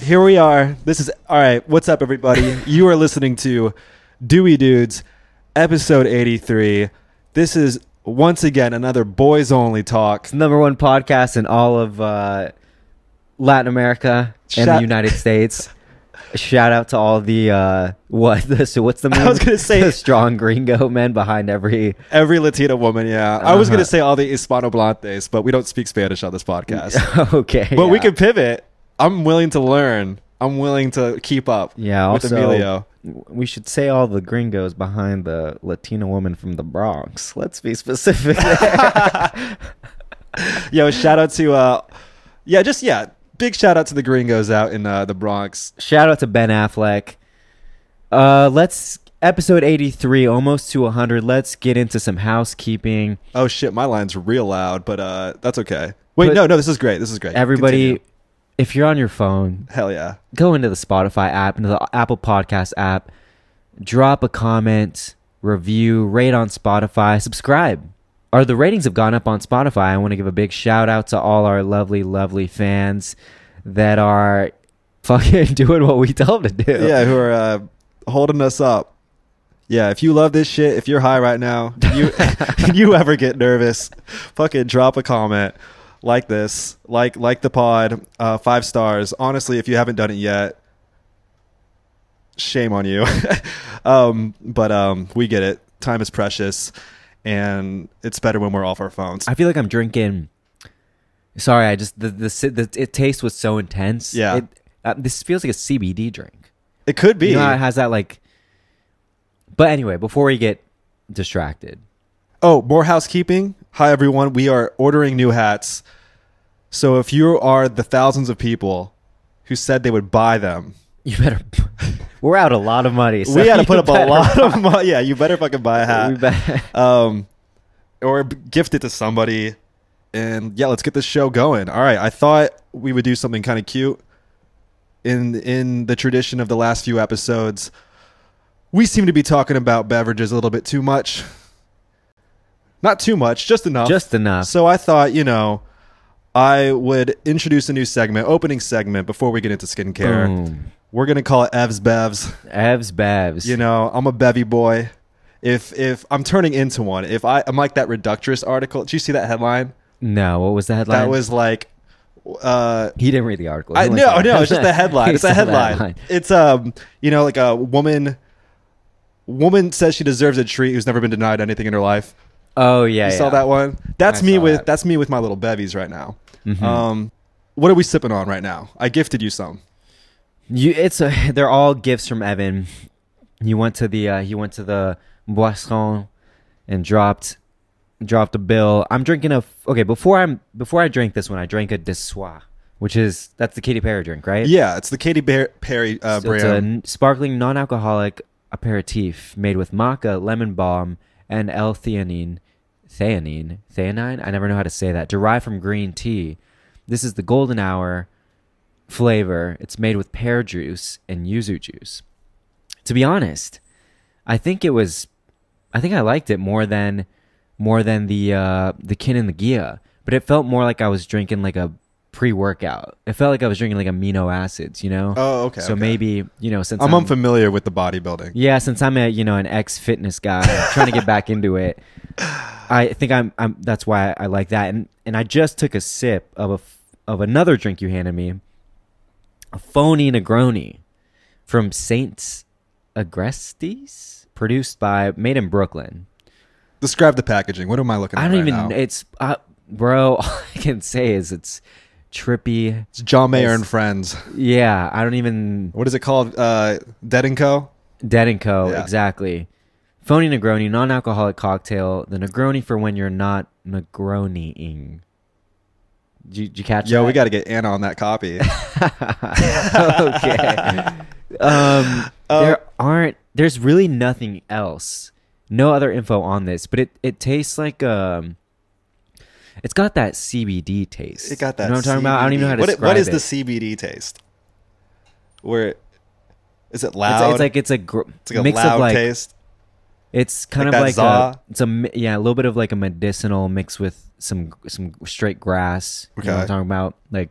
here we are. This is all right. What's up, everybody? you are listening to Dewey Dudes, episode 83. This is once again another boys only talk. It's the number one podcast in all of uh, Latin America and Shout- the United States. Shout out to all the uh, what? The, so what's the? Meme? was gonna say- the strong gringo men behind every. Every Latina woman, yeah. I was Uh-huh. going to say all the Hispanohablantes, but we don't speak Spanish on this podcast. okay, But we yeah. could pivot. I'm willing to learn. I'm willing to keep up. Yeah, with also Emilio. we should say all the gringos behind the Latina woman from the Bronx. Let's be specific. there. Yo, shout out to uh, yeah, just yeah, big shout out to the Gringos out in uh, the Bronx. Shout out to Ben Affleck. Uh, let's episode eighty three, almost to hundred. Let's get into some housekeeping. Oh shit, my line's real loud, but uh, that's okay. Wait, But- no, no, this is great. This is great. Everybody, Continue. if you're on your phone, hell yeah, go into the Spotify app, into the Apple Podcast app, drop a comment, review, rate on Spotify, subscribe. Or the ratings have gone up on Spotify. I want to give a big shout out to all our lovely, lovely fans that are fucking doing what we tell them to do. yeah, who are uh, holding us up. Yeah, if you love this shit, if you're high right now, if you if you ever get nervous, fucking drop a comment like this, like like the pod, uh, five stars. Honestly, if you haven't done it yet, shame on you. um, but um, we get it. Time is precious, and it's better when we're off our phones. I feel like I'm drinking. Sorry, I just the the, si- the it taste was so intense. Yeah. it, uh, this feels like a CBD drink. it could be. You know how it has that like. But anyway, before we get distracted, Oh, more housekeeping. Hi, everyone. We are ordering new hats. So if you are the thousands of people who said they would buy them, you better. We're out a lot of money. so we had to you put up a better lot buy- of money. Yeah, you better fucking buy a we hat. better- Um, or b- gift it to somebody. And yeah, let's get this show going. All right. I thought we would do something kind of cute in in the tradition of the last few episodes. We seem to be talking about beverages a little bit too much. Not too much, just enough. just enough. So I thought, you know, I would introduce a new segment, opening segment, before we get into skincare. Boom. We're gonna call it Ev's Bevs. Evs Bevs. You know, I'm a bevy boy. If if I'm turning into one, if I I'm like that reductress article. Did you see that headline? no, what was the headline? That was like, uh, he didn't read the article. He I, only no said- no, it's just the headline. He It's a said the headline. It's um, you know, like a woman. Woman says she deserves a treat who's never been denied anything in her life. Oh yeah, You yeah. saw that one? That's I me saw with that. that's me with my little bevies right now. Mhm. Um, what are we sipping on right now? I gifted you some. You, it's a, they're all gifts from Evan. You went to the uh, you went to the Boisson and dropped dropped a bill. I'm drinking a okay before I'm before I drank this one. I drank a Dessois, which is that's the Katy Perry drink, right? Yeah, it's the Katy Bar- Perry uh, So it's brand. a sparkling non-alcoholic aperitif made with maca, lemon balm, and L-theanine, theanine, theanine. I never know how to say that. Derived from green tea. This is the golden hour flavor. It's made with pear juice and yuzu juice. To be honest, I think it was, I think I liked it more than, more than the uh, the kin and the gia. But it felt more like I was drinking like a pre-workout. It felt like I was drinking like amino acids, you know. oh, okay. So okay. maybe you know since I'm unfamiliar with the bodybuilding. yeah, since I'm a you know an ex fitness guy trying to get back into it, I think I'm I'm that's why I like that. And and I just took a sip of a f- of another drink you handed me, a phony Negroni from Saints Agrestes, produced by made in Brooklyn. Describe the packaging. What am I looking at? I don't right now? even it's uh, bro. All I can say is it's trippy. It's John Mayer and it's- Friends. Yeah, I don't even What is it called? Uh, Dead and Co. Dead and Co. Yeah. Exactly. Phony Negroni, non-alcoholic cocktail. The Negroni for when you're not Negroniing. Did you, did you catch? Yo, that? we got to get Anna on that copy. okay. Um, Uh, there aren't. There's really nothing else. No other info on this, but it it tastes like um. It's got that CBD taste. it got that. You know what I'm talking about? I don't even know how to CBD. describe what, What is it. the CBD taste? Where it- is it It's, loud? it's like it's a gr- It's like a mix loud of like taste. It's kind Like of that like za? a, it's a mi- yeah, a little bit of like a medicinal mix with some some straight grass. You know what Okay. I'm talking about like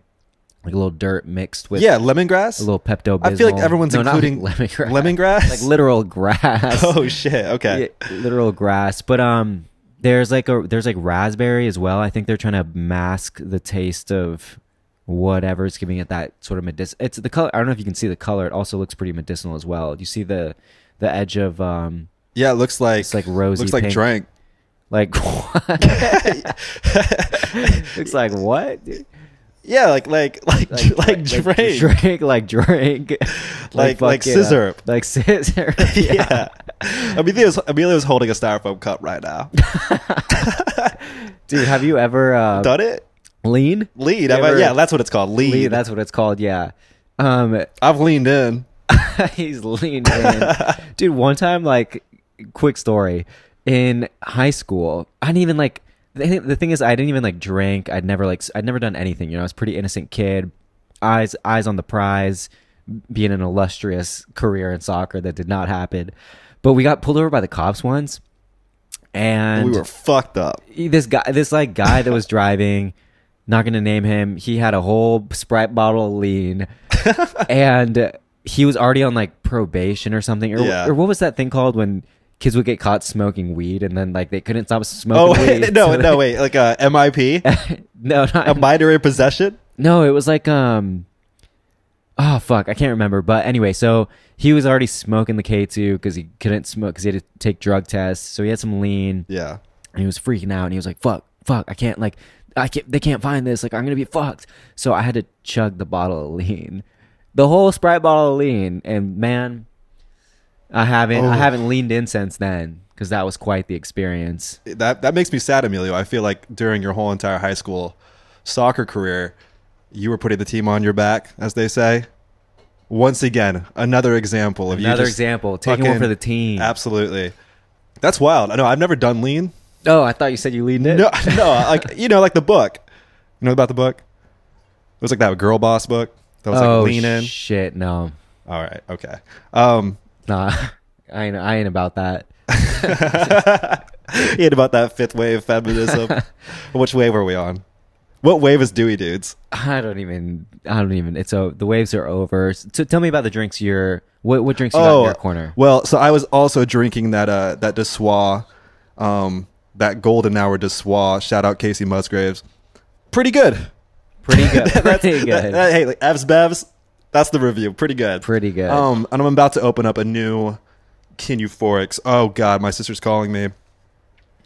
like a little dirt mixed with yeah, lemongrass. a little Pepto. I feel like everyone's no, including not like lemongrass, lemongrass. like literal grass. oh shit. Okay. Yeah, literal grass. But um, there's like a there's like raspberry as well. I think they're trying to mask the taste of whatever's giving it that sort of medic. It's the color. I don't know if you can see the color. It also looks pretty medicinal as well. You see the the edge of um, Yeah, it looks like It's like rosy Looks like pink. drank. like what? looks like what? Dude? Yeah, like like like like, drank. Drake, like Drake, Like- like fucking, uh, scissor. like scissor. yeah. Amelia's Amelia's holding a styrofoam cup right now. dude, have you ever uh, Done it? lean? Lead. You Have I- ever- yeah, that's what it's called. Lead. Lean, that's what it's called. Yeah, um, I've leaned in. he's lean, man. dude. One time, like, quick story. In high school, I didn't even like. The, thi- the thing is, I didn't even like drink. I'd never like. s- I'd never done anything. You know, I was a pretty innocent kid. Eyes, eyes on the prize. Being an illustrious career in soccer that did not happen, but we got pulled over by the cops once, and we were fucked up. he- this guy this like guy that was driving not gonna name him he had a whole sprite bottle of lean and he was already on like probation or something or, Yeah. or what was that thing called when kids would get caught smoking weed and then like they couldn't stop Oh smoking wait, weed no, so no, wait. Like uh, a MIP, they- no not, a minor in possession. no, it was like um Oh fuck, I can't remember. But anyway, so he was already smoking the K2 cuz he couldn't smoke cuz he had to take drug tests. So he had some lean Yeah. and he was freaking out and he was like fuck fuck i can't like i can't they can't find this like i'm gonna be fucked so i had to chug the bottle of lean the whole sprite bottle of lean and man i haven't Oh. i haven't leaned in since then because that was quite the experience That that makes me sad, Emilio. I feel like during your whole entire high school soccer career, you were putting the team on your back, as they say. Once again, another example of you another just- example taking one fucking for the team Absolutely. That's wild. I know I've never done lean. oh i thought you said you leaned in No, no, like you know, like the book. You know about the book? It was like that girl boss book that was oh like lean in. shit no All right, okay. Um, nah i ain't i ain't about that he had about that fifth wave feminism. Which wave are we on? What wave is Dewey dudes? I don't even. I don't even. It's oh, the waves are over. So tell me about the drinks. Your what? What drinks you got in your corner? Oh, well, so I was also drinking that uh that Dessois, um, that golden hour Dessois. Shout out Casey Musgraves. Pretty good. Pretty good. That's- Pretty good. that- that- hey, like Evs Bevs, that's the review. Pretty good. Pretty good. Um, and I'm about to open up a new Kin Euphorics. Oh God, my sister's calling me.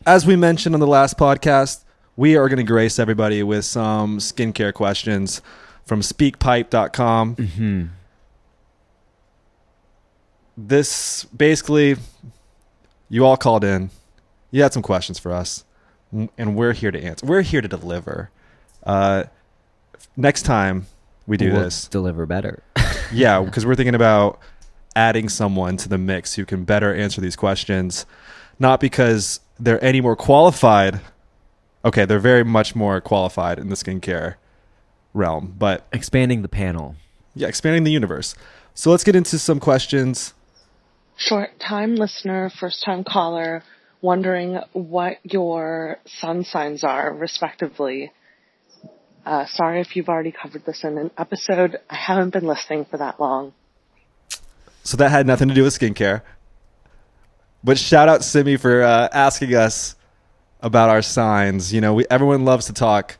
As we mentioned on the last podcast, we are going to grace everybody with some skincare questions from SpeakPipe.com. hmm This basically, you all called in. You had some questions for us, m- and we're here to answer. We're here to deliver. Uh, next time we do We'll this, Deliver better. Yeah, because we're thinking about adding someone to the mix who can better answer these questions, not because they're any more qualified. Okay, they're very much more qualified in the skincare realm, but Expanding the panel. yeah, expanding the universe. So let's get into some questions. short time listener, first time caller, wondering what your sun signs are, respectively. Uh, sorry if you've already covered this in an episode. I haven't been listening for that long. So that had nothing to do with skincare. But shout out Simi for uh, asking us about our signs. You know, we, everyone loves to talk.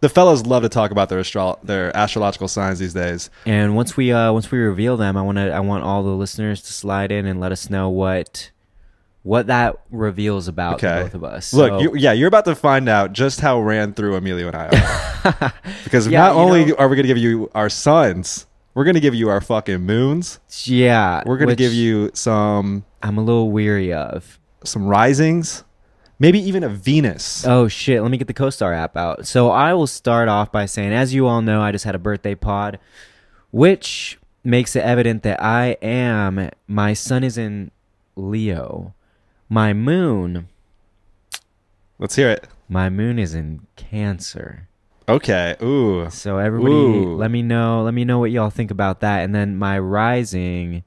The fellows love to talk about their astro- their astrological signs these days. And once we uh once we reveal them, I want to I want all the listeners to slide in and let us know what what that reveals about the both of us. Look, So- you, yeah, you're about to find out just how ran through Emilio and I are. because Yeah, not you only know- are we going to give you our suns, we're going to give you our fucking moons. yeah, We're going to which give you some I'm a little weary of. some risings, maybe even a Venus. Oh shit, let me get the CoStar app out. So I will start off by saying, as you all know, I just had a birthday pod, which makes it evident that I am my sun is in Leo. My moon Let's hear it. my moon is in cancer. Okay. Ooh. So everybody Ooh. let me know let me know what y'all think about that. And then my rising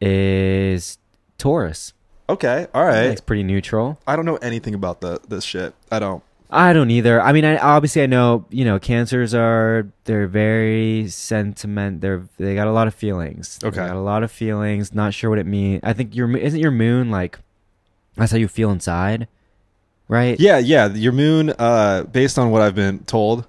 is Taurus. Okay. All right. That's pretty neutral. I don't know anything about the this shit. I don't. I don't either. I mean, I, obviously, I know you know cancers are they're very sentiment. They're they got a lot of feelings. They Okay. got a lot of feelings. Not sure what it means. I think your mo- isn't your moon like that's how you feel inside, right? Yeah, yeah. Your moon, uh, based on what I've been told,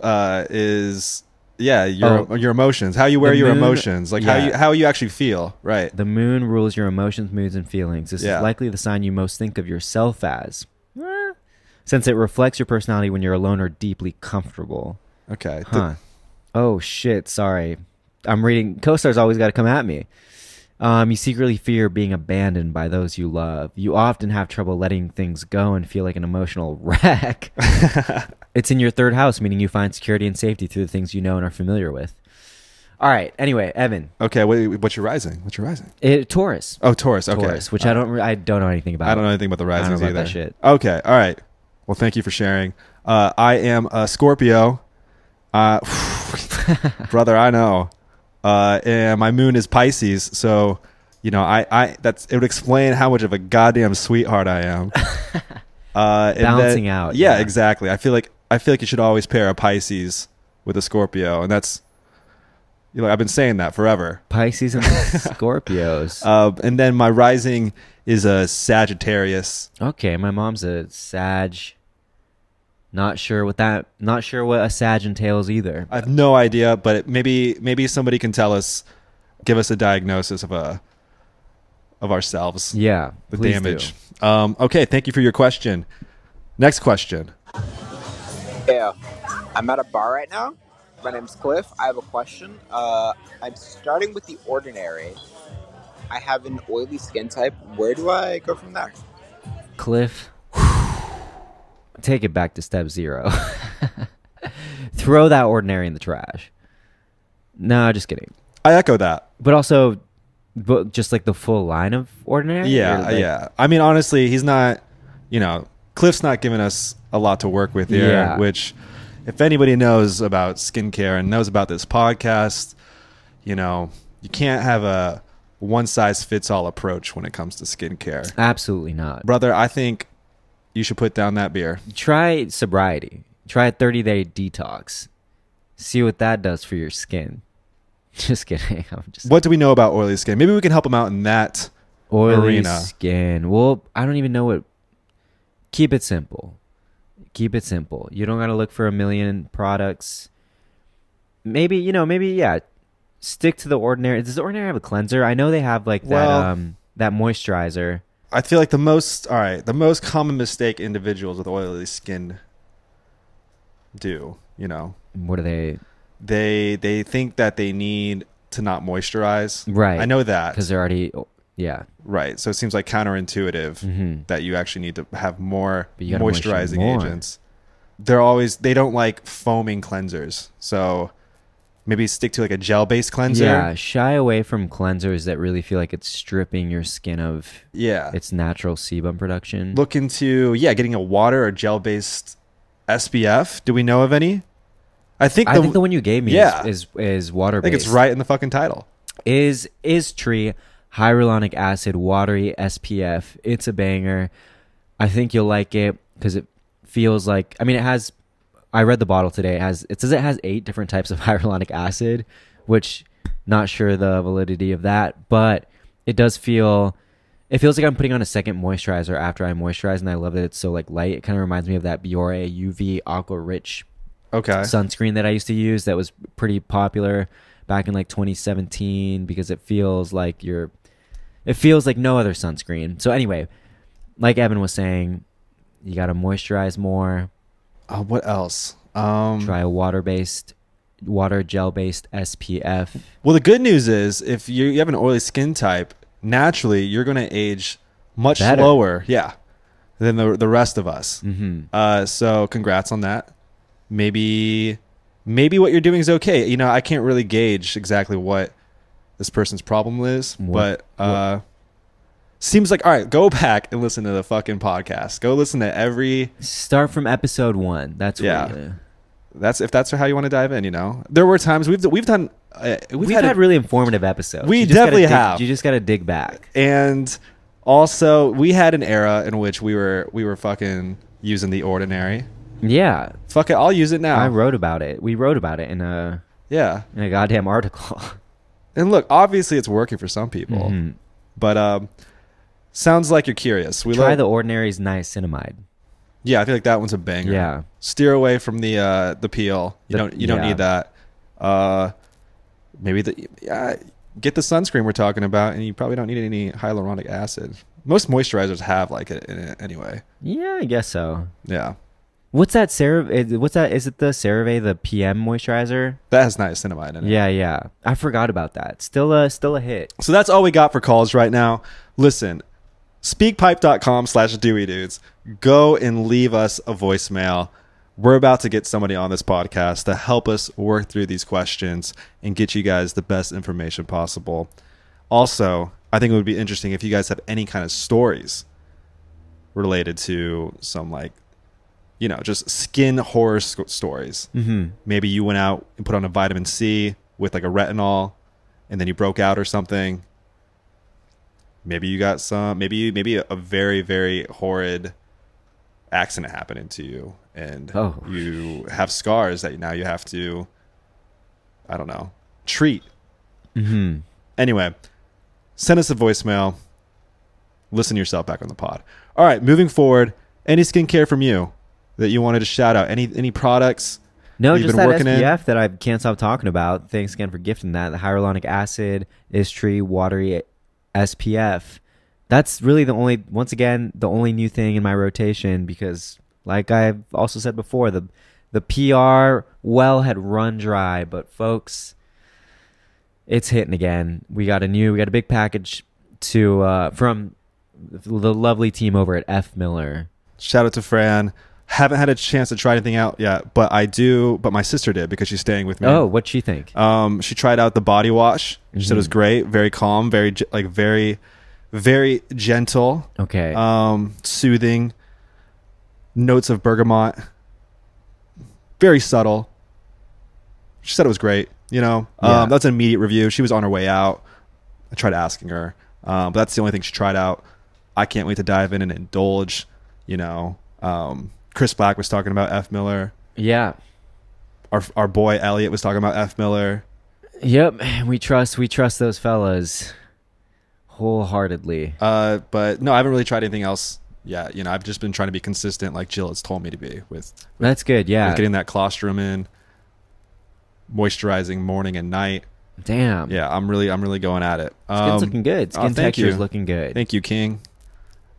uh, is yeah your Oh. your emotions, how you wear The your moon- emotions, like how yeah. you how you actually feel, right? The moon rules your emotions, moods, and feelings. This Yeah. is likely the sign you most think of yourself as, Eh. since it reflects your personality when you're alone or deeply comfortable. Okay. The- Huh. oh shit, sorry. I'm reading co-stars always gotta come at me. Um, you secretly fear being abandoned by those you love. You often have trouble letting things go and feel like an emotional wreck. it's in your third house, meaning you find security and safety through the things you know and are familiar with. All right. Anyway, Evan, okay. What, what's your rising? What's your rising? it, Taurus, Oh, Taurus. Okay. Taurus, which I don't, re- I don't know anything about. I don't know anything about the don't know risings about either. that shit. Okay. All right. Well, thank you for sharing. Uh, I am a Scorpio. Uh, brother, I know. Uh, and my moon is Pisces, so you know, I, I that's it would explain how much of a goddamn sweetheart I am. uh, and then- Balancing out, Yeah, yeah. exactly. I feel like I feel like you should always pair a Pisces with a Scorpio, and that's you know I've been saying that forever. Pisces and Scorpios. Uh, and then my rising is a Sagittarius. okay, my mom's a Sag. Not sure what that. Not sure what a Sag entails either. I have no idea, but it- maybe maybe somebody can tell us, give us a diagnosis of a of ourselves, Yeah. the please damage. do. Um, okay, thank you for your question. Next question. Yeah, uh, I'm at a bar right now. My name's Cliff. I have a question. Uh, I'm starting with the ordinary. I have an oily skin type. Where do I go from there? Cliff, take it back to step zero. Throw that ordinary in the trash. No, just kidding. I echo that. But also, but just like the full line of ordinary. Yeah, Or, like- yeah. I mean, honestly, he's not. You know, Cliff's not giving us a lot to work with here. Yeah. Which, if anybody knows about skincare and knows about this podcast, you know, you can't have a one size fits all approach when it comes to skincare. Absolutely not. brother, I think you should put down that beer. Try sobriety. Try a 30 day detox. See what that does for your skin. Just kidding. I'm just What do we know about oily skin? Maybe we can help him out in that. oily Arena. skin. Well, I don't even know what. Keep it simple. Keep it simple. You don't gotta look for a million products. Maybe you know. Maybe yeah. Stick to the ordinary. Does the ordinary have a cleanser? I know they have like that. Well- um, that moisturizer. I feel like the most all right, the most common mistake individuals with oily skin do, you know. What are they? They they think that they need to not moisturize. Right. I know that. Because they're already. oh, Yeah. Right. So it seems like counterintuitive Mhm. that you actually need to have more But you gotta moisturize moisturizing more. agents. They're always they don't like foaming cleansers. So maybe stick to like a gel based cleanser. Yeah. Shy away from cleansers that really feel like it's stripping your skin of Yeah. its natural sebum production. Uh, look into yeah getting a water or gel based SPF. Do we know of any? I think I the, think the one you gave me Yeah. is is, is water I think it's right in the fucking title. is is tree hyaluronic acid watery spf it's a banger i think you'll like it because it feels like i mean it has i read the bottle today it has it says it has eight different types of hyaluronic acid which not sure the validity of that but it does feel it feels like i'm putting on a second moisturizer after i moisturize and i love that it's so like light it kind of reminds me of that biore uv aqua rich Okay. sunscreen that I used to use that was pretty popular back in like 2017 because it feels like you're it feels like no other sunscreen. So anyway, like Evan was saying, you got to moisturize more, uh, what else? Um, try a water-based water gel-based SPF. well, the good news is if you, you have an oily skin type, naturally you're going to age much Better. slower. Yeah. Than the the rest of us. Mhm. Uh, so congrats on that. Maybe maybe what you're doing is okay. You know, I can't really gauge exactly what this person's problem is, What- but uh, seems like all right. Go back and listen to the fucking podcast. Go listen to every. Start from episode 1. That's what Yeah. we're gonna- That's if that's how you want to dive in. You know, there were times we've we've done uh, we've, We've, had, had, a- really informative episodes. We You just gotta definitely dig- have. You just got to dig back. and also we had an era in which we were we were fucking using the ordinary. Yeah, Fuck it, I'll use it now. I wrote about it. We wrote about it in a yeah. in a goddamn article. And look, obviously it's working for some people, Mhm. but um, sounds like you're curious. We Try love- the ordinary's niacinamide. yeah. I feel like that one's a banger. Yeah. Steer away from the uh, the peel. You The- don't you don't yeah. need that. Uh, maybe the yeah, get the sunscreen we're talking about, and you probably don't need any hyaluronic acid. Most moisturizers have like it in it anyway. Yeah, I guess so. Yeah, What's that CeraVe? What's that? Is it the CeraVe, the PM moisturizer? that has niacinamide in it. Yeah, yeah. I forgot about that. Still a still a hit. So that's all we got for calls right now. Listen, speakpipe.com slash Dewey Dudes. Go and leave us a voicemail. We're about to get somebody on this podcast to help us work through these questions and get you guys the best information possible. Also, I think it would be interesting if you guys have any kind of stories related to some, like, you know, just skin horror sc- stories Mm-hmm. maybe you went out and put on a vitamin C with like a retinol and then you broke out or something. Maybe you got some maybe you maybe a, a very, very horrid accident happening to you and Oh. you have scars that now you have to I don't know, treat. Mm-hmm. Anyway, send us a voicemail. Listen to yourself back on the pod. All right, moving forward, any skincare from you that you wanted to shout out? Any any products? No, You've just been that working in- SPF that I can't stop talking about. Thanks again for gifting that. The hyaluronic acid, Istri, watery SPF. That's really the only, once again, the only new thing in my rotation because, like I've also said before, the the PR well had run dry. But folks, it's hitting again. We got a new, we got a big package to uh, from the lovely team over at F Miller. Shout out to Fran. Haven't had a chance to try anything out yet, but I do. But my sister did because she's staying with me. Oh, what you think? um, she tried out the body wash. She said it was great, very calm, very ge- like very, very gentle, okay. um, soothing. Notes of bergamot, very subtle. She said it was great. You know, Yeah. um, that's an immediate review. She was on her way out. I tried asking her, um, but that's the only thing she tried out. I can't wait to dive in and indulge. You know, um, Chris Black was talking about F. Miller. yeah. Our our boy Elliot was talking about F. Miller. Yep, we trust we trust those fellas wholeheartedly. Uh, but no, I haven't really tried anything else yet. You know, I've just been trying to be consistent, like Jill has told me to be with, That's good. with Yeah. getting that colostrum in, moisturizing morning and night. Damn. Yeah, I'm really I'm really going at it. Um, Skin's looking good. oh, Skin thank texture is you. looking good. Thank you, King.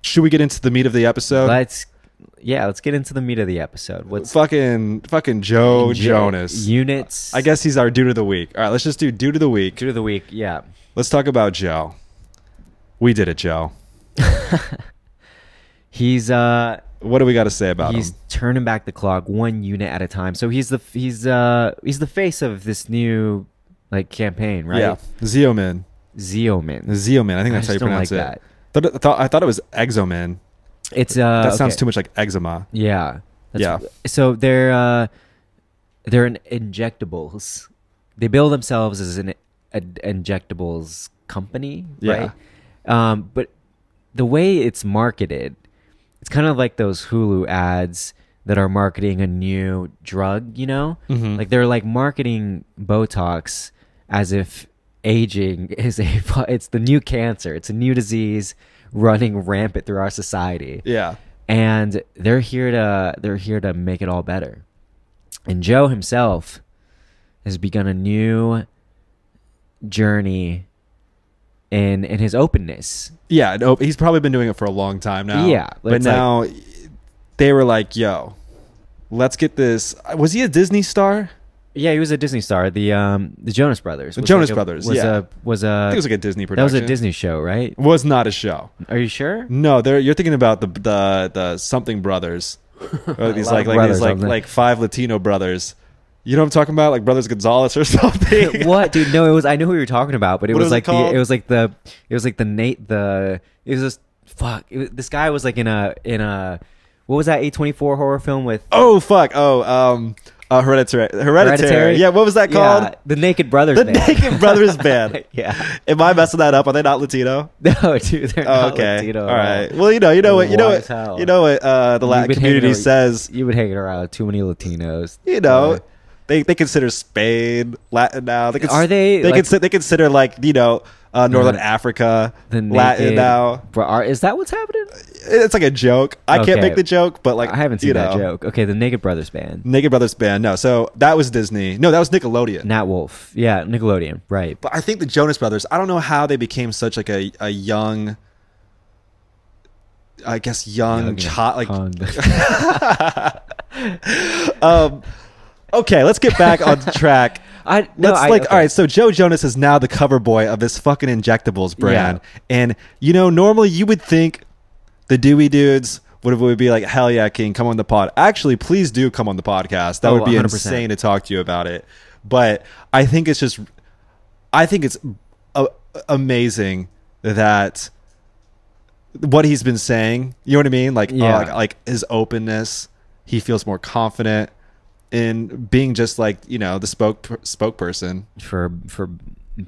Should we get into the meat of the episode? Let's yeah, let's get into the meat of the episode. What's fucking fucking Joe J- Oh, Jonas. Units. I guess he's our dude of the week. All right, let's just do dude of the week. two of the week. Yeah. Let's talk about Joe. We did it, Joe. He's uh What do we got to say about he's him? turning back the clock one unit at a time. So he's the he's uh he's the face of this new like campaign, right? Yeah, Zeoman. Zeoman. Zeoman. I think that's how I you just don't pronounce like it. Thought, thought, I thought it was Exoman. It's uh That sounds okay. too much like eczema. Yeah. Yeah. So they're uh, they're an injectables. They bill themselves as an a, injectables company, Yeah. right? Um, but the way it's marketed, it's kind of like those Hulu ads that are marketing a new drug. You know, Mm-hmm. like they're like marketing Botox as if aging is a fu- it's the new cancer, it's a new disease running rampant through our society Yeah. and they're here to they're here to make it all better. And Joe himself has begun a new journey in in his openness. Yeah. No, he's probably been doing it for a long time now. Yeah, But it's like- now they were like, yo, let's get this. Was he a Disney star? Yeah, he was a Disney star. The um the Jonas Brothers. was Jonas a- Brothers, was yeah. a was a I think it was like a Disney that production. was a Disney show, right? Was not a show. Are you sure? No, they're, you're thinking about the the the something brothers. Or these lot like of like brothers these like on there. like five Latino brothers. You know what I'm talking about? Like brothers Gonzalez or something. what dude no it was i knew who you were talking about but it What was was, it like the called? it was like the it was like the nate the it was just fuck it was, this guy was like in a in a what was that a24 horror film with Oh fuck! Oh, um, Uh, hereditary. hereditary. Hereditary. Yeah, what was that called? Yeah, the Naked Brothers. The Band. Naked Brothers Band. yeah. Am I messing that up? Are they not Latino? No, dude. They're Oh, not okay. Latino at All right. all. Well, you know, you know what, you know Wise what, hell. you know what uh, the Latin been hanging community out- says. You would hang around too many Latinos. You know, Yeah. they they consider Spain Latin now. They cons- Are they, They like- consider they consider like you know uh, Northern Uh, Africa the Latin naked now. Bro, are, is that what's happening? It's like a joke. I can't Okay. make the joke, but like I haven't seen you that know. joke. Okay, the Naked Brothers band. Naked Brothers Band. No, so that was Disney. No, that was Nickelodeon. Nat Wolf. Yeah, Nickelodeon. Right. But I think the Jonas Brothers. I don't know how they became such like a a young. I guess young, Young child, like Pond. um, okay, let's get back on track. I no, Let's I, like, okay. all right. So Joe Jonas is now the cover boy of this fucking injectables brand, Yeah. and you know, normally you would think the Dewey dudes would would be like, hell yeah, King, come on the pod. Actually, please do come on the podcast. That Oh, would be 100%. insane to talk to you about it. But I think it's just, I think it's a- amazing that what he's been saying. You know what I mean? Like, uh, Yeah. like, like his openness. He feels more confident in being just like you know the spoke spokesperson for for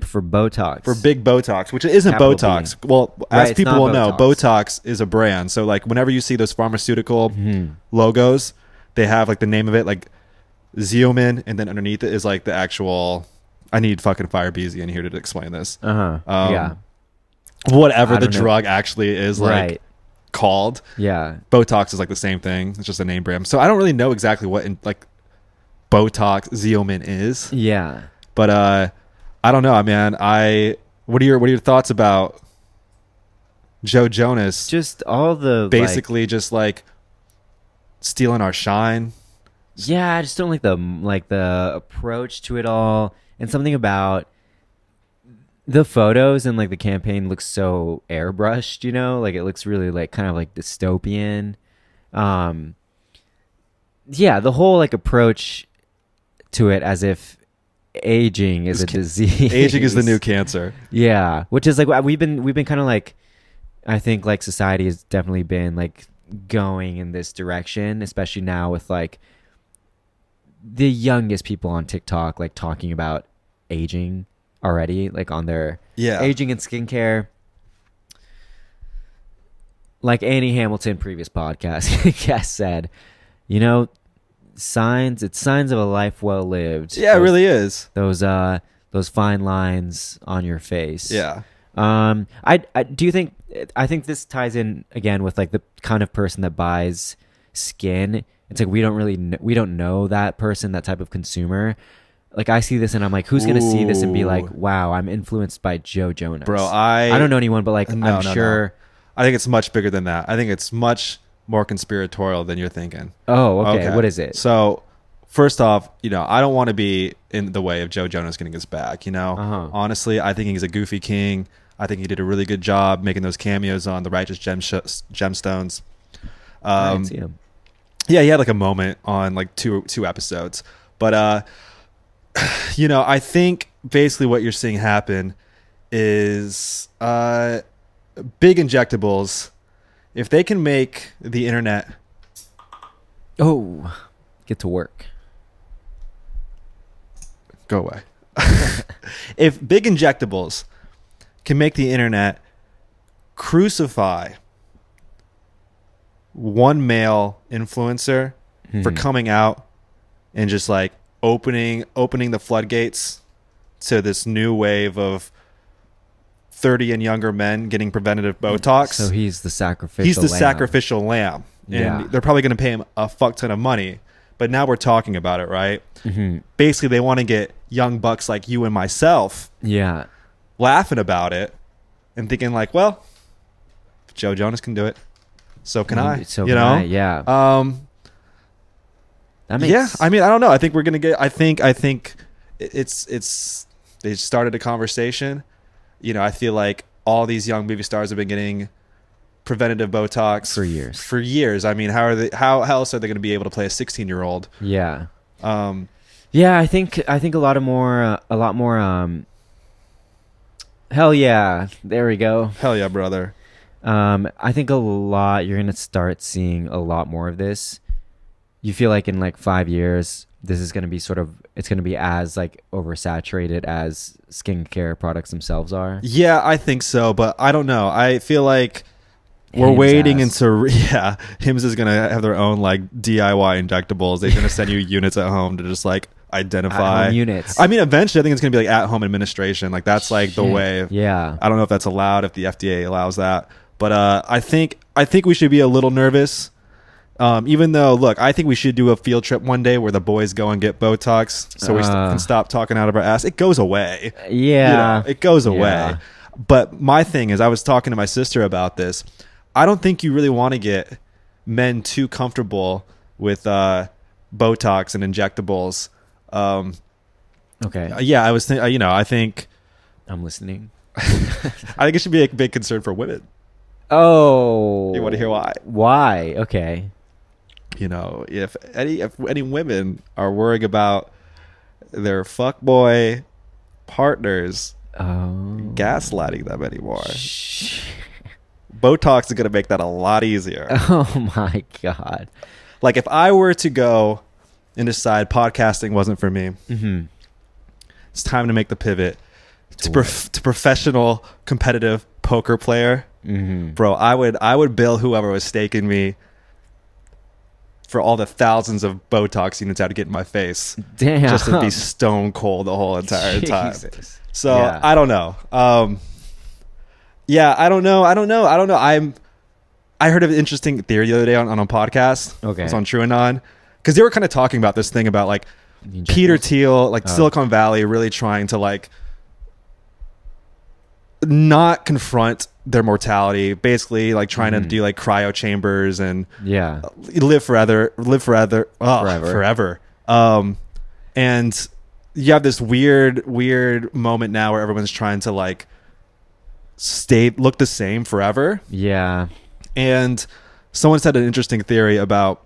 for Botox. for big Botox, which isn't Capital Botox. B. Well, as Right, it's people not will know, Botox. Mm-hmm. Botox is a brand. So like whenever you see those pharmaceutical logos, they have like the name of it, like Xeomin, and then underneath it is like the actual. I need fucking Fire Beezy in here to explain this. Uh huh. Um, yeah. Whatever I the don't know. drug actually is like Right. called. Yeah. Botox is like the same thing. It's just a name brand. So I don't really know exactly what in, like Botox Xeomin is, Yeah. but uh I don't know, man. I what are your what are your thoughts about Joe Jonas Just all the basically. basically just like stealing our shine? yeah, I just don't like the like the approach to it all, and something about the photos and like the campaign looks so airbrushed. You know, like it looks really like kind of like dystopian. Um, yeah, the whole like approach to it as if aging is a disease. Aging is the new cancer. Yeah, which is like wh- we've been we've been kind of like I think like society has definitely been like going in this direction, especially now with like the youngest people on TikTok like talking about aging already, like on their Yeah. aging and skincare. Like Annie Hamilton previous podcast guest said, you know, signs it's signs of a life well lived. Yeah, it Those- really is. those uh those fine lines on your face. Yeah. Um I I do you think I think this ties in again with like the kind of person that buys skin. It's like we don't really kn- we don't know that person, that type of consumer. Like I see this and I'm like who's going to see this and be like, Ooh. "Wow, I'm influenced by Joe Jonas." Bro, I- I don't know anyone but like No, I'm no, no. sure I think it's much bigger than that. I think it's much more conspiratorial than you're thinking. Oh, okay. What is it? So, first off, you know, I don't want to be in the way of Joe Jonas getting his back. You know, Uh-huh. honestly, I think he's a goofy king. I think he did a really good job making those cameos on the Righteous Gem Gemstones. I Um, didn't see him. yeah, he had like a moment on like two two episodes, but uh, you know, I think basically what you're seeing happen is uh, big injectables. If they can make the internet Oh, get to work. go away. if big injectables can make the internet crucify one male influencer for coming out and just like opening opening the floodgates to this new wave of 30 and younger men getting preventative botox So he's the sacrificial he's the lamb. sacrificial lamb and Yeah. they're probably going to pay him a fuck ton of money but now we're talking about it right Mm-hmm. basically they want to get young bucks like you and myself Yeah. laughing about it and thinking like well if joe jonas can do it so can i Mm, So you can know I, yeah. um That makes yeah i mean i don't know i think we're gonna get i think i think it- it's it's they started a conversation you know i feel like all these young movie stars have been getting preventative botox For years. for years i mean how are they how, how else are they gonna be able to play a 16 year old Yeah. um Yeah, I think I think a lot of more uh, a lot more um Hell yeah. There we go. hell yeah brother Um I think a lot you're going to start seeing a lot more of this you feel like in like five years this is going to be sort of it's going to be as like oversaturated as skincare products themselves are Yeah, I think so, but I don't know. I feel like we're Hims waiting has. into yeah. Hims is gonna have their own like DIY injectables. They're gonna send you units at home to just like identify At-home units. I mean, eventually, I think it's gonna be like at home administration. Like that's like the Shit. way. yeah I don't know if that's allowed if the FDA allows that, but uh, I think I think we should be a little nervous. Um, even though, look, I think we should do a field trip one day where the boys go and get Botox, so we st- Uh. can stop talking out of our ass. It goes away you know, yeah it goes away. Yeah. But my thing is, I was talking to my sister about this. I don't think you really want to get men too comfortable with uh, Botox and injectables. Um, okay yeah, I was, think, you know, I think i'm listening I think it should be a big concern for women. oh You want to hear why? why okay You know, if any if any women are worrying about their fuckboy partners oh gaslighting them anymore, Shh. Botox is going to make that a lot easier. oh my god like if I were to go and decide podcasting wasn't for me, hmm Mm-hmm. it's time to make the pivot to prof- to professional competitive poker player, hmm bro. I would I would bill whoever was staking me for all the thousands of Botox units I'd get in my face damn just to be stone cold the whole entire time. Jesus. So Yeah. I don't know. Um, yeah, I don't know. I don't know. I don't know. I'm. I heard of an interesting theory the other day on, on a podcast. Okay. it was on True Anon because they were kind of talking about this thing about like The Oh. injectables? Peter Thiel, like Silicon Valley, really trying to like not confront their mortality. Basically, like trying Mm. to do like cryo chambers and yeah live forever, live forever, oh, Forever. forever, Um, and you have this weird, weird moment now where everyone's trying to like stay, look the same forever. yeah And someone said an interesting theory about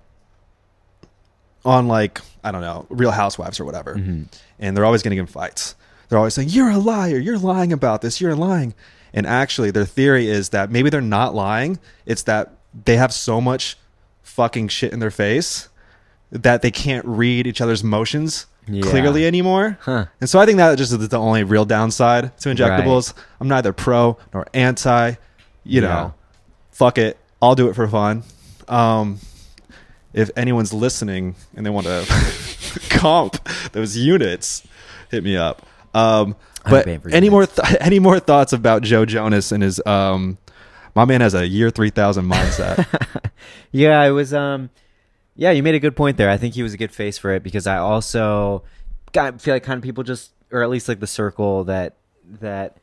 on like I don't know, Real Housewives or whatever, Mm-hmm. and they're always getting in fights. They're always saying, "You're a liar! You're lying about this! You're lying!" And actually, their theory is that maybe they're not lying. It's that they have so much fucking shit in their face that they can't read each other's motions Yeah. clearly anymore. Huh. And so I think that just is the only real downside to injectables. I'm neither pro nor anti. You know, Yeah. fuck it. I'll do it for fun. Um, if anyone's listening and they want to comp those units, hit me up. Um, I'm but paying for any units. more th- any more thoughts about Joe Jonas and his um, my man has a year three thousand mindset. Yeah, it was. Um, yeah, you made a good point there. I think he was a good face for it because I also got, feel like kind of people just, or at least like the circle that that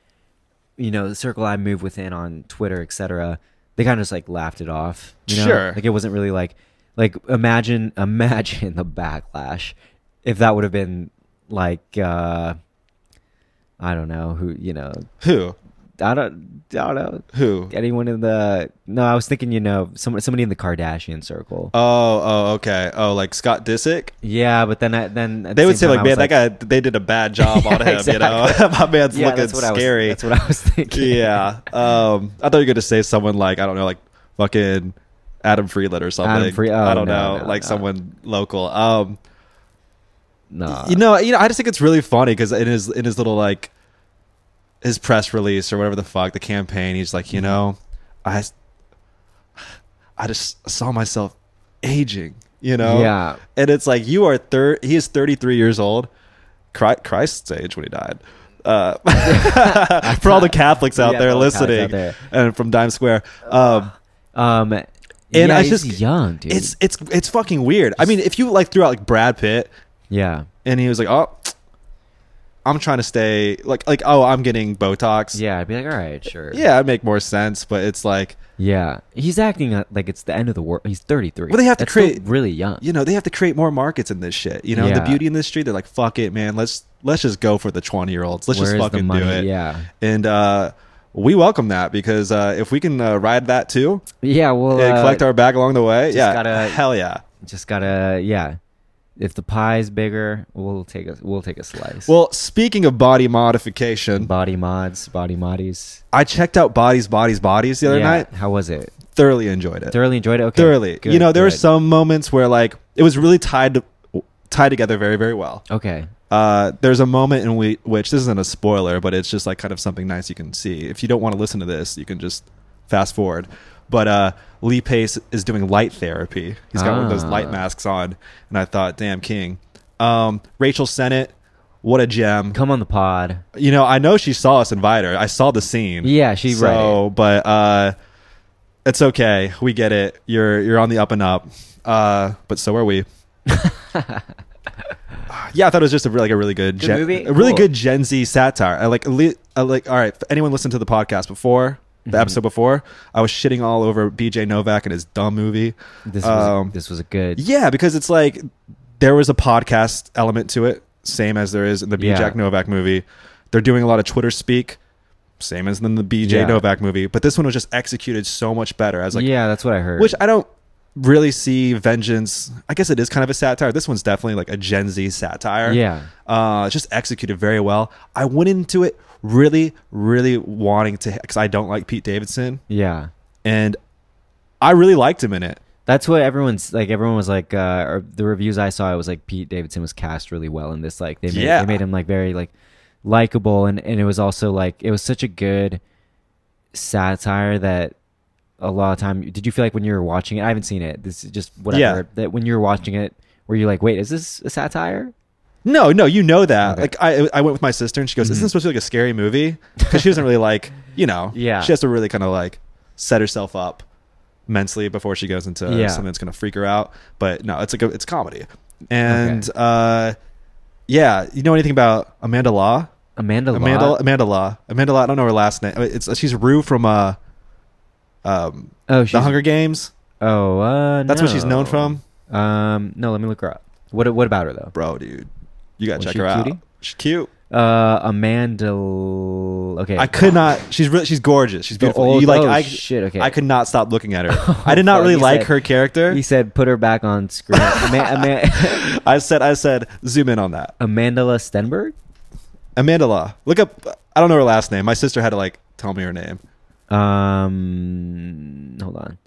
you know, the circle I move within on Twitter, etc. They kind of just like laughed it off. You know? Sure. like it wasn't really like like imagine imagine the backlash if that would have been like uh I don't know who you know Who? I don't I don't know Who? anyone in the no i was thinking you know some, somebody in the kardashian circle Oh, oh, okay. Oh, like Scott Disick. yeah but then I, then at the They would say same like, time, I man, was that guy, they did a bad job on him. You know, exactly. my man's yeah, looking that's what scary. I was, that's what i was thinking yeah. Um, I thought you were going to say someone like I don't know, like fucking Adam Freeland or something. Free- oh, I don't no, know, no, like no. someone local. Um, no you know, you know, I just think it's really funny because in his in his little like his press release or whatever the fuck the campaign, he's like, Mm-hmm. you know, I I just saw myself aging. You know, Yeah. and it's like you are third. He is thirty three years old. Chri- Christ's age when he died. Uh, for all the Catholics out Yeah, there for all the Catholics out listening, there. and from Dime Square, um, um and yeah, I he's just- young dude it's it's it's fucking weird. I mean, if you like threw out like Brad Pitt, yeah and he was like, "Oh, I'm trying to stay like like oh, I'm getting Botox." yeah i'd be like all right sure yeah, it'd make more sense. But it's like yeah he's acting uh, like it's the end of the world he's 33 Well, they have to That's still create- really young you know they have to create more markets in this shit. You know the Yeah. beauty industry. They're like, "Fuck it, man. Let's let's just go for the 20 year olds. Let's Where just is the fucking do money? it." Yeah. and uh, we welcome that because uh, if we can uh, ride that too yeah well and uh, collect our bag along the way, yeah, gotta- hell yeah. just gotta yeah if the pie's bigger we'll take a we'll take a slice Well, speaking of body modification, body mods body modies I checked out Bodies, Bodies, Bodies the other yeah. night. how was it thoroughly enjoyed it. Thoroughly enjoyed it. Okay. thoroughly. good, you know, there were good. some moments where like it was really tied to, tied together very very well. Okay. Uh, there's a moment in we, which this isn't a spoiler, but it's just like kind of something nice you can see. If you don't want to listen to this, you can just fast forward. But uh, Lee Pace is doing light therapy. He's got one of those Ah. light masks on, and I thought, damn king. Um, Rachel Sennett, what a gem! Come on the pod. You know, I know she saw us invite her. I saw the scene. Yeah, she so, but uh, it's okay. We get it. You're you're on the up and up. Uh, but so are we. yeah, I thought it was just a, like a really good, Good gen- movie? a really Cool. good Gen Z satire. I like, le- I like. All right, if anyone listened to the podcast before the Mm-hmm. episode before, I was shitting all over B.J. Novak and his dumb movie. This was Um, this was a good. Yeah, because it's like there was a podcast element to it, same as there is in the B. Yeah. Jack Novak movie. They're doing a lot of Twitter speak, same as in the BJ Yeah. Novak movie. But this one was just executed so much better. I was like, yeah, that's what I heard. which I don't really see vengeance. I guess it is kind of a satire. This one's definitely like a Gen Z satire. Yeah. Uh, it's just executed very well. I went into it really, really wanting to, because I don't like Pete Davidson, yeah. and I really liked him in it. That's what everyone's like. Everyone was like, uh, or the reviews I saw, it was like Pete Davidson was cast really well in this. Like they made, Yeah. they made him like very like likable, and and it was also like it was such a good satire that a lot of time. Did you feel like when you were watching it? I haven't seen it. This is just what I Yeah. heard. That when you were watching it, were you like, wait, is this a satire? No, no, you know that. Okay. Mm-hmm. Like I, I went with my sister, and she goes, "Isn't this supposed to be like a scary movie?" Because she doesn't really like, you know, Yeah. she has to really kind of like set herself up mentally before she goes into Yeah. something that's going to freak her out. But no, it's like a, it's comedy, and uh, yeah, you know anything about Amanda Law? Amanda. Amanda Lott? Amanda Law. Amanda Law. I don't know her last name. It's she's Rue from uh, um, Oh, she's, The Hunger Games. Oh, uh, That's what she's known no. from. Um, no, let me look her up. What what about her though? Bro, dude, you gotta Was check she her a out. cutie? She's cute. Uh, Amanda. L- Okay, I could not. She's really, she's gorgeous. She's The beautiful. old- you like oh, I, shit, okay. I could not stop looking at her. I did not really He like said- her character. He said, "Put her back on screen." Ama- Ama- I said I said zoom in on that. Amanda La Stenberg. Amanda Law. Look up. I don't know her last name. My sister had to like tell me her name. Um, hold on.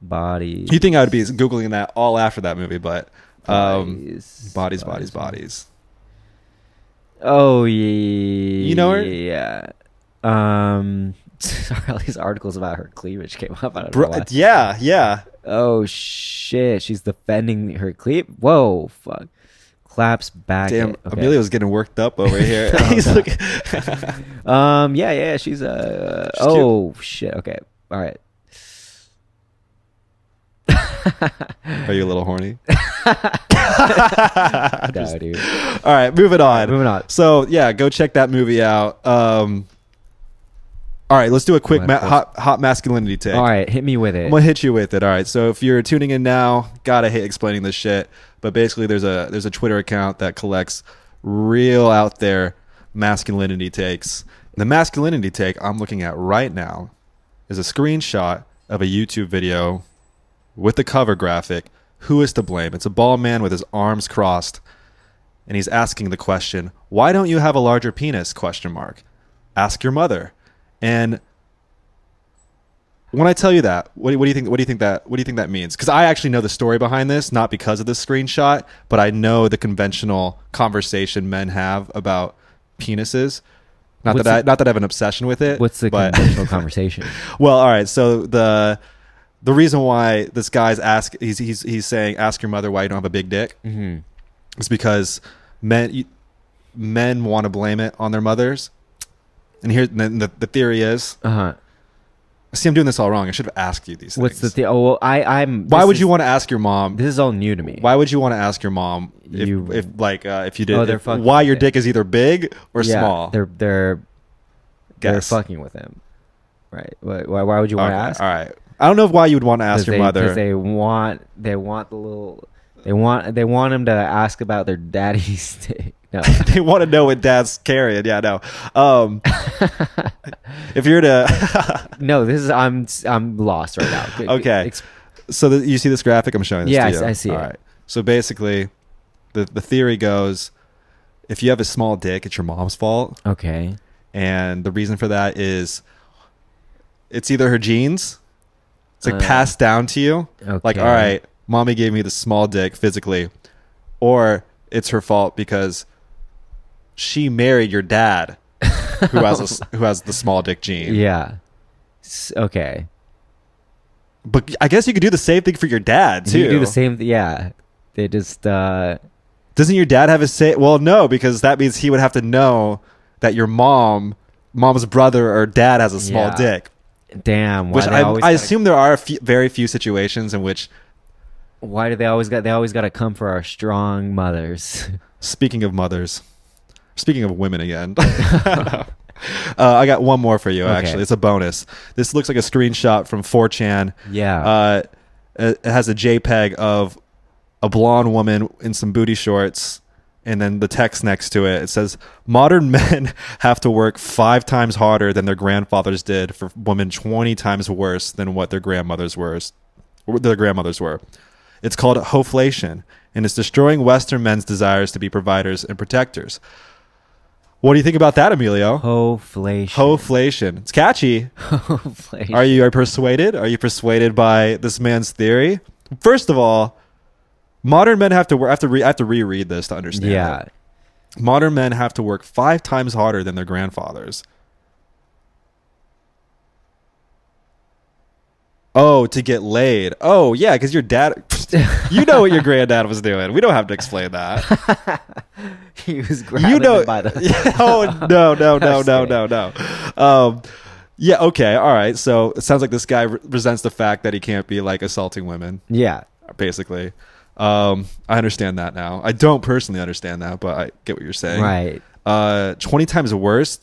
Body. You think I would be googling that all after that movie? But um, Bodies. bodies, bodies, bodies. Oh yeah. You know her? Yeah. Um, sorry, all these articles about her cleavage came up. I don't know Bro, why. yeah, yeah. Oh shit, she's defending her cleave. Whoa, fuck. Claps back. Damn, it. Okay. Oh, Amelia's getting worked up over here. He's no. looking- Um, yeah, yeah, she's uh. She's cute. oh shit. Okay. All right. Are you a little horny? No, dude. All right, moving on. moving on. So yeah, go check that movie out. Um, all right, let's do a quick Well, ma- of course. hot, hot masculinity take. All right, hit me with it. I'm gonna hit you with it. All right, so if you're tuning in now, gotta hate explaining this shit. But basically, there's a there's a Twitter account that collects real out there masculinity takes. The masculinity take I'm looking at right now is a screenshot of a YouTube video with the cover graphic. Who is to blame? It's a bald man with his arms crossed and he's asking the question, "Why don't you have a larger penis?" question mark. Ask your mother. And when I tell you that, what do, what do you think what do you think that what do you think that means? Cuz I actually know the story behind this, not because of this screenshot, but I know the conventional conversation men have about penises. Not What's that I, the- not that I have an obsession with it. What's the but- conventional conversation? well, all right. So the the reason why this guy's ask he's he's he's saying ask your mother why you don't have a big dick Mm-hmm. is because men you- men want to blame it on their mothers. And here and the, the theory is Uh huh. see I'm doing this all wrong. I should have asked you these What's the things. thing? Oh, well, I I'm. why this would is- you want to ask your mom? This is all new to me. why would you want to ask your mom if, You- if like uh, if you did Oh, they're if- fucking why your with it. dick is either big or Yeah, small? They're they're they're Guess. fucking with him, right? Why why, why would you want Okay, to ask? All right. I don't know why you would want to ask your they, mother. because they want they want the little they want they want him to ask about their daddy's dick. No. they want to know what dad's carrying. Yeah, no. Um, if you're to, No, this is I'm I'm lost right now. G- g- Okay. ex- so that you see this graphic, I'm showing this Yeah, I to you. s- I see it. So basically, the the theory goes, if you have a small dick, it's your mom's fault, okay. and the reason for that is, it's either her genes, It's like Uh, passed down to you. Like, okay. all right, mommy gave me the small dick physically, or it's her fault because she married your dad, who has a s who has the small dick gene. Yeah. S- okay. But I guess you could do the same thing for your dad too. You could do the same. Th- yeah. They just. uh Doesn't your dad have a say? Well, no, because that means he would have to know that your mom, mom's brother or dad has a small Yeah. dick. Damn. Why Which they I, always I gotta- assume there are a few, very few situations in which, Why do they always got? They always got to come for our strong mothers. speaking of mothers, speaking of women again, uh, I got one more for you, Okay. actually. It's a bonus. This looks like a screenshot from 4chan. yeah. Uh, it it has a JPEG of a blonde woman in some booty shorts, and then the text next to it. It says, "Modern men have to work five times harder than their grandfathers did for women twenty times worse than what their grandmothers were, what their grandmothers were." It's called hoflation, and it's destroying Western men's desires to be providers and protectors. What do you think about that, Emilio? Hoflation. Hoflation. It's catchy. Hoflation. Are you are persuaded? Are you persuaded by this man's theory? First of all, modern men have to work. I have to, re- I have to reread this to understand. yeah. it. modern men have to work five times harder than their grandfathers. Oh, to get laid. Oh, yeah, because your dad. You know what your granddad was doing. We don't have to explain that. he was grabbing you know. them by the. oh no no no Just no kidding. no no. Um, yeah. Okay. All right. So it sounds like this guy re- resents the fact that he can't be like assaulting women. yeah. Basically, um, I understand that now. I don't personally understand that, but I get what you're saying. Right. Uh, Twenty times worse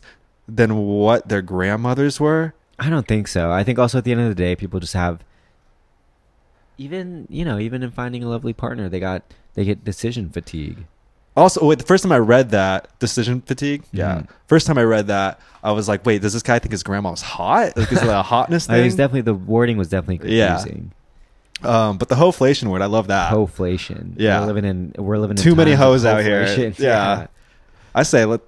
than what their grandmothers were. I don't think so. I think also at the end of the day, people just have even you know even in finding a lovely partner, they got they get decision fatigue. Also, wait, the first time I read that, decision fatigue. Yeah. Mm-hmm. First time I read that, I was like, wait, does this guy think his grandma's hot? Like, is it a hotness I thing? mean, it's definitely the wording was definitely Yeah. confusing. um, but the hoflation word, I love that. Hoflation. yeah. We're living in we're living in Too many times of hoes out here. hoflation. Yeah. I say, let,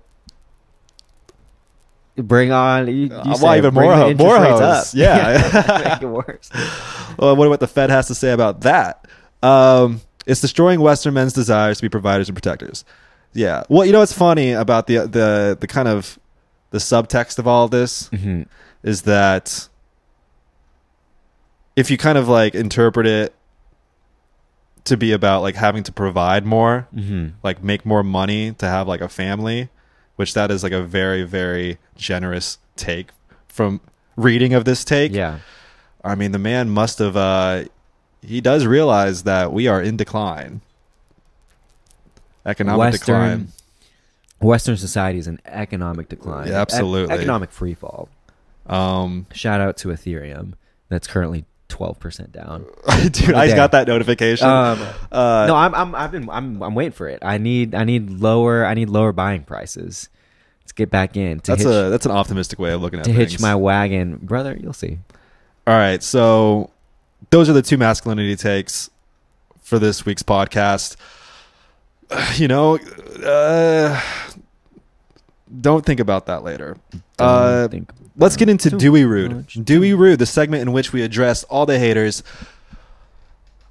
Bring on. You, you Uh, well, say, even bring more the ho- interest more rates hoes. up. Yeah. Make it worse. well, what what the Fed has to say about that? Um, it's destroying Western men's desires to be providers and protectors. Yeah. Well, you know what's funny about the the the kind of the subtext of all this Mhm. is that if you kind of like interpret it to be about like having to provide more, Mhm. like make more money to have like a family, which that is like a very very generous take from reading of this take. Yeah. I mean, the man must have. Uh, he does realize that we are in decline, economic Western decline. Western society is in economic decline. Yeah, absolutely. E- economic freefall. Um, Shout out to Ethereum. That's currently twelve percent down. dude, I Okay. got that notification. Um, uh, no, I'm, I'm, I've been, I'm, I'm waiting for it. I need, I need lower, I need lower buying prices. Let's get back in to that's hitch, a that's an optimistic way of looking at to things. hitch my wagon, brother. You'll see. All right, so those are the two masculinity takes for this week's podcast. You know, uh, don't think about that later. Don't Uh, think Let's get into too Dewey Rude. much, Dewey Rude, the segment in which we address all the haters.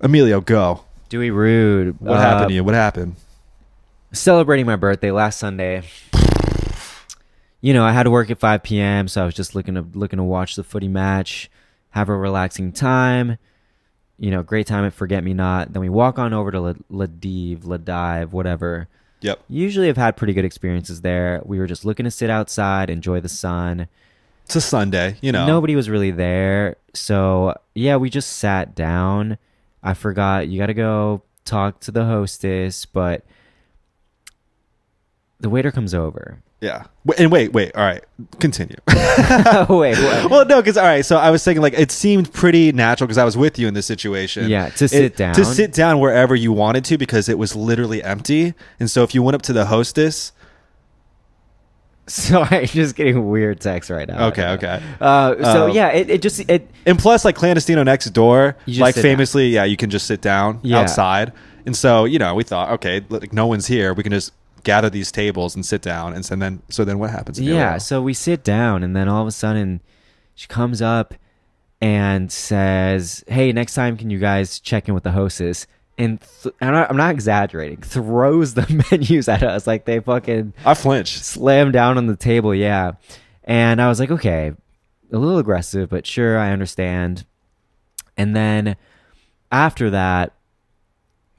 Emilio, go. Dewey Rude. What uh, happened to you? What happened? Celebrating my birthday last Sunday. You know, I had to work at 5 p.m., so I was just looking to looking to watch the footy match, have a relaxing time. You know, great time at Forget Me Not. Then we walk on over to La, La Dive, La Dive, whatever. Yep. usually have had pretty good experiences there. We were just looking to sit outside, enjoy the sun. It's a Sunday, you know. Nobody was really there. So, yeah, we just sat down. I forgot you got to go talk to the hostess, but the waiter comes over. Yeah. Wait, and wait, wait. All right. Continue. oh, wait. What? well, no, because all right. So I was thinking, like, it seemed pretty natural because I was with you in this situation. Yeah, to It- sit down. to sit down wherever you wanted to because it was literally empty. And so if you went up to the hostess, So I'm just getting weird text right now. Okay, okay. Uh, so Um, yeah, it, it just it and plus like clandestino next door, You just like sit down. famously, yeah, you can just sit down Yeah. outside. And so you know, we thought, okay, like no one's here, we can just gather these tables and sit down. And so then, so then what happens? Emilio? Yeah, so we sit down, and then all of a sudden, she comes up and says, "Hey, next time can you guys check in with the hostess?" And th- I'm, not, I'm not exaggerating. Throws the menus at us like they fucking I flinched. slam down on the table. Yeah. And I was like, okay, a little aggressive, but sure, I understand. And then after that,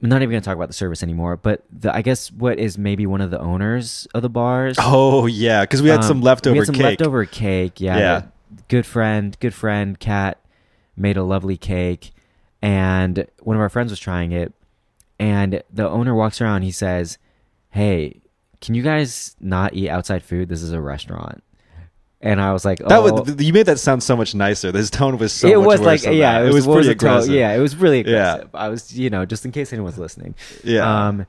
I'm not even going to talk about the service anymore, but the, I guess what is maybe one of the owners of the bars. Oh yeah, because we had um, some leftover we had some cake. leftover cake. Yeah. Yeah. Good friend, good friend, Kat made a lovely cake, and one of our friends was trying it, and the owner walks around. He says, "Hey, can you guys not eat outside food? This is a restaurant." And I was like, that "Oh." would you made that sound so much nicer. This tone was so. it much was worse like, than yeah, that. it was, what pretty the tone? aggressive. Yeah, it was really Yeah. aggressive. I was, you know, just in case anyone's listening. yeah. Um,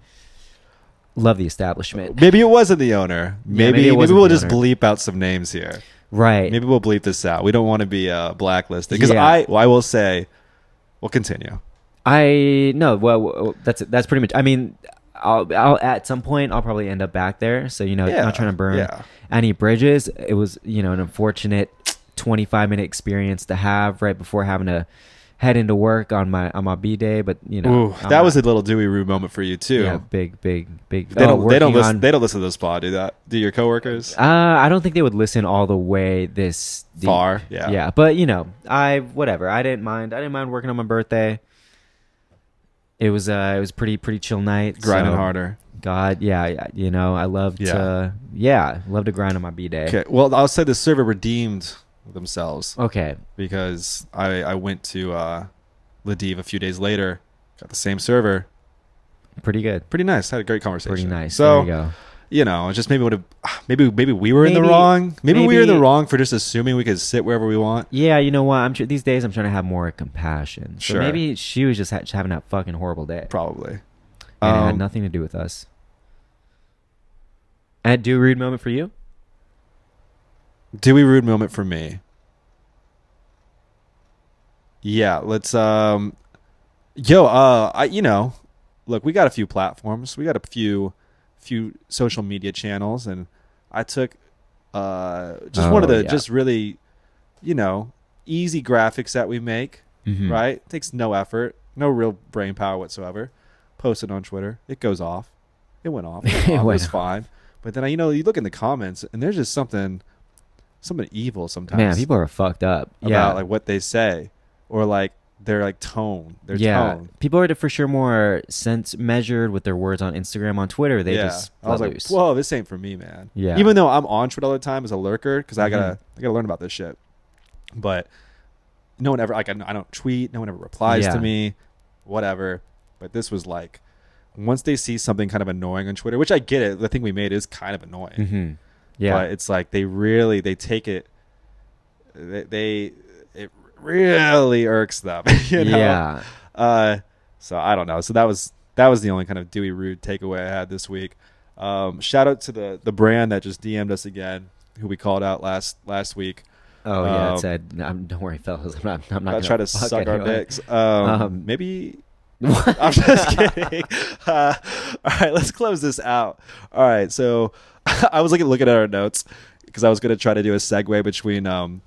love the establishment, maybe it wasn't the owner. maybe Maybe it maybe, wasn't we'll the just owner. bleep out some names here. right? Maybe we'll bleep this out. We don't want to be uh, blacklisted because Yeah. I well, I will say, we'll continue. I no. Well, well, that's that's pretty much. I mean, I'll, I'll at some point I'll probably end up back there. So you know, Yeah, not trying to burn yeah. any bridges. It was you know an unfortunate twenty five minute experience to have right before having to head into work on my on my b day. But you know, Ooh, I'm that not- was a little Dewey Rue moment for you too. yeah, big big big. They oh, don't. They don't working listen. on- They don't listen to this pod. Do that. Do your coworkers? uh, I don't think they would listen all the way this deep. Far, yeah. yeah. But you know, I whatever. I didn't mind. I didn't mind working on my birthday. It was uh, it was pretty pretty chill night. Grinding so- harder. God, yeah, yeah, you know, I love Yeah. to, yeah, love to grind on my b day. Okay. Well, I'll say the server redeemed themselves Okay. because I I went to uh, Ladiv a few days later. Got the same server. pretty good, Pretty nice. Had a great conversation. pretty nice. So there you go. you know, it just maybe would have maybe maybe we were in the Maybe- wrong. Maybe, we were in the maybe- wrong for just assuming we could sit wherever we want. Yeah, you know what? I'm tr- these days I'm trying to have more compassion. So Sure. maybe she was just ha- just having that fucking horrible day, Probably. and it Um, had nothing to do with us. And do a rude moment for you? Dewey rude moment for me. Yeah, let's um yo, uh I you know, look, we got a few platforms. We got a few few social media channels and I took uh just one of Oh, the yeah. just really you know, easy graphics that we make, Mhm. right? Takes no effort, no real brain power whatsoever. Posted on Twitter. It goes off. It went off. It, went It off. It went was off. fine. But then I you know, you look in the comments and there's just something something evil sometimes Man, people are fucked up. about yeah, like what they say or like their like tone, their yeah. tone. People are for sure more sense measured with their words on Instagram, on Twitter. They yeah, just I was let like, loose. whoa, this ain't for me, man. Yeah. Mm-hmm. even though I'm on Twitter all the time as a lurker because I gotta I gotta learn about this shit. But no one ever like I, I don't tweet, no one ever replies Yeah. to me, whatever. But this was like once they see something kind of annoying on Twitter, which I get it. The thing we made is kind of annoying. Mhm. Yeah, but it's like they really they take it they, they it really irks them you know yeah. uh so i don't know so that was that was the only kind of dewey rude takeaway i had this week um shout out to the the brand that just dm'd us again who we called out last last week Oh yeah, Um, it said, "I'm don't worry, fellas, I'm not, I'm not i gonna try to fuck suck our anyone." dicks um, Um, maybe i'm just kidding uh, all right let's close this out all right so i was looking looking at our notes because i was going to try to do a segue between um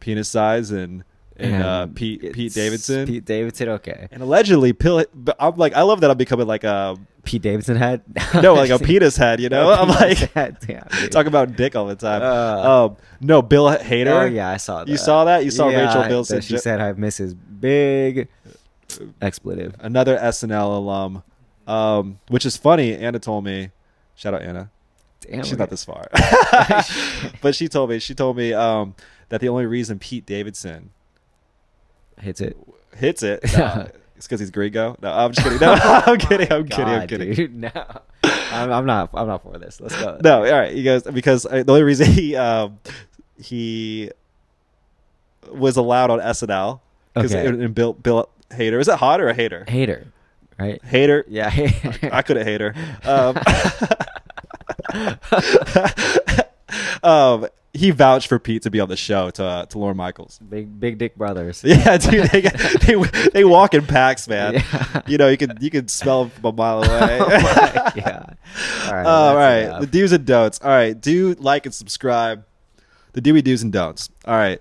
penis size and and, uh, And pete pete it's davidson Pete Davidson, okay. and allegedly pill but i'm like i love that i'm becoming like um, a Pete Davidson had no like a penis head you know i'm like had, yeah, dude. talk about dick all the time Uh, um no bill hader Oh yeah, I saw that. You saw that? You saw Yeah, Rachel that Bilson Uh, She ju- said, "I miss his big expletive." another SNL alum, um, which is funny. Anna told me, shout out Anna. Damn, She's we're not gonna- this far, but she told me she told me um, that the only reason Pete Davidson hits it. hits it uh, is because he's Gringo. No, I'm just kidding. No, I'm kidding. I'm kidding. I'm Oh God, kidding. dude, no, I'm, I'm not. I'm not for this. Let's go. No, all right. You guys, because uh, the only reason he um, he was allowed on SNL because Okay. and Bill Bill Hader is it hot or a hater? hater, right? Hater. Yeah, I could have hate her. Um, um, he vouched for Pete to be on the show to uh, to Lauren Michaels. big big dick brothers. Yeah, dude, they they, they walk in packs, man. Yeah. You know, you can you can smell them from a mile away. yeah. All right. All Oh, right, that's the enough. do's and don'ts. All right, do like and subscribe. The Dewey do's and don'ts. All right,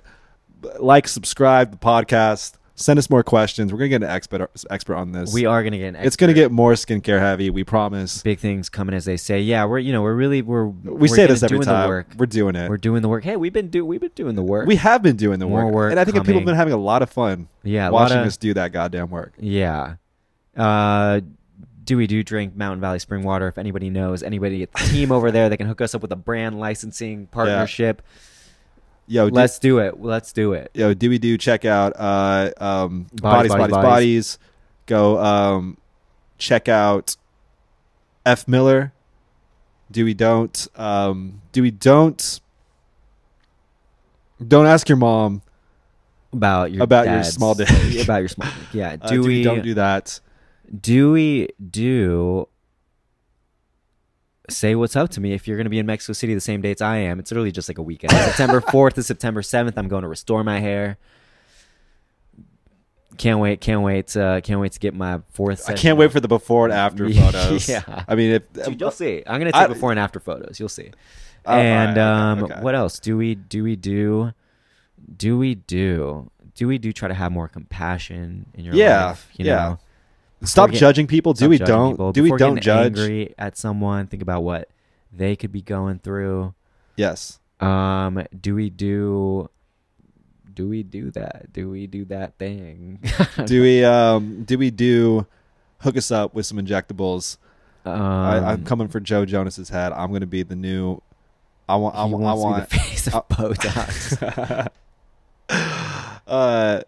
like, subscribe the podcast. Send us more questions. We're gonna get an expert expert on this. We are gonna get an. It's gonna get more skincare heavy. We promise. big things coming as they say. Yeah, we're you know we're really we're We say this every doing time. The work. We're doing it. We're doing the work. Hey, we've been do we've been doing the work. we have been doing the More work, work and I think people have coming. been having a lot of fun yeah, a lot watching of- us do that goddamn work. Yeah. Uh, do we do drink Mountain Valley spring water? If anybody knows, anybody at the team over there, they can hook us up with a brand licensing partnership. Yo, do, Let's do it. Let's do it. yo, do we do check out uh, um, Bodies, bodies, bodies, bodies, bodies, Go um, check out F Miller. Do we don't? Um, do we don't? Don't ask your mom About your About your dad's- small dick. About your small dick. Yeah. Uh, Do we don't do that. do we do say what's up to me if you're going to be in Mexico City the same dates I am? It's literally just like a weekend. September 4th to September 7th, I'm going to restore my hair. Can't wait! Can't wait! Uh, can't wait to get my fourth. I session. can't wait for the before and after Yeah. photos. I mean, if, uh, Dude, you'll see. I'm gonna take Um, I- before and after photos. You'll see. Oh, alright, and um, okay, okay. what else do we do? We do, do we do, do we do try to have more compassion in your Yeah, life? You yeah. know, stop get- judging people. Do Stop we judging don't? people. Do we Before don't getting judge? Angry at someone. Think about what they could be going through. Yes. Um, do we do? Do we do that? Do we do that thing? do we um do we do hook us up with some injectables um, I, i'm coming for joe jonas's head i'm gonna be the new i want i, he want. I wants want to be the face of I- Botox. uh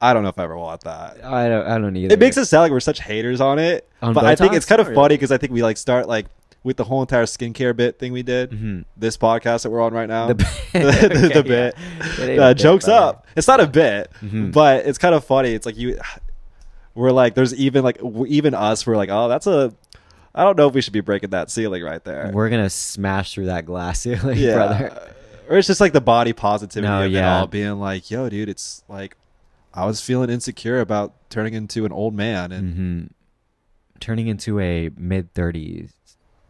i don't know if i ever want that I don't. I don't either. it makes it sound like we're such haters on it On but i think Botox? Oh, it's kind of Not funny really. because i think we like start like with the whole entire skincare bit thing we did Mhm. this podcast that we're on right now The bit. the, the- the Okay, bit yeah. It ain't a uh, bit, jokes brother. up it's not a bit Mhm. but it's kind of funny it's like you we're like there's even like w- even us we're like oh that's a i don't know if we should be breaking that ceiling right there We're gonna smash through that glass ceiling, yeah brother. or it's just like the body positivity No, of yeah. it all being like yo dude it's like i was feeling insecure about turning into an old man and hmm Turning into a mid thirties.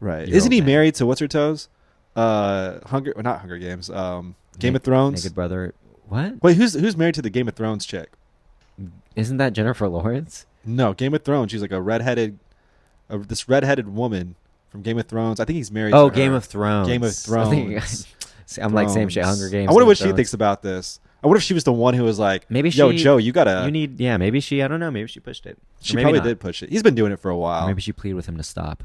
right You're isn't old he man. married to what's her toes uh hunger well, not hunger games um game of thrones naked brother. What wait who's who's married to the game of thrones chick isn't that Jennifer Lawrence? No, Game of Thrones. She's like a redheaded, uh, this redheaded woman from Game of Thrones. I think he's married. to Oh, her. Game of Thrones. Game of I think- Thrones. See, I'm like same shit. Thrones. Hunger Games. I wonder Game what of she Thrones. thinks about this. I wonder if she was the one who was like, Maybe yo, she- Joe, you gotta." You need, yeah, maybe she. I don't know. Maybe she pushed it. Or she maybe probably not. did push it. He's been doing it for a while. Maybe she pleaded with him to stop,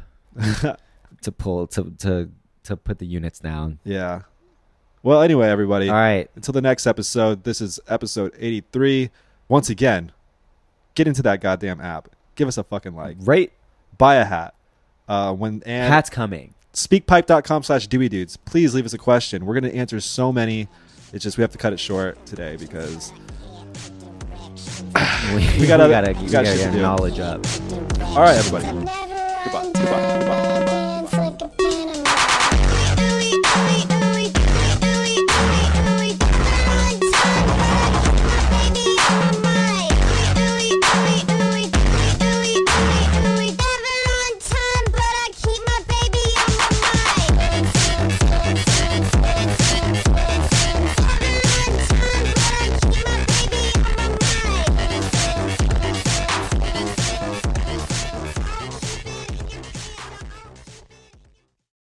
to pull, to to to put the units down. yeah. Well, anyway, everybody. All right. Until the next episode. This is episode eighty-three. Once again, get into that goddamn app. Give us a fucking like. Right. Buy a hat. Uh, when and Hat's coming. speakpipe.com slash dewey dudes please leave us a question we're going to answer so many it's just we have to cut it short today because We, gotta- we we gotta, we gotta gotta shit to get do. knowledge up. all right everybody goodbye goodbye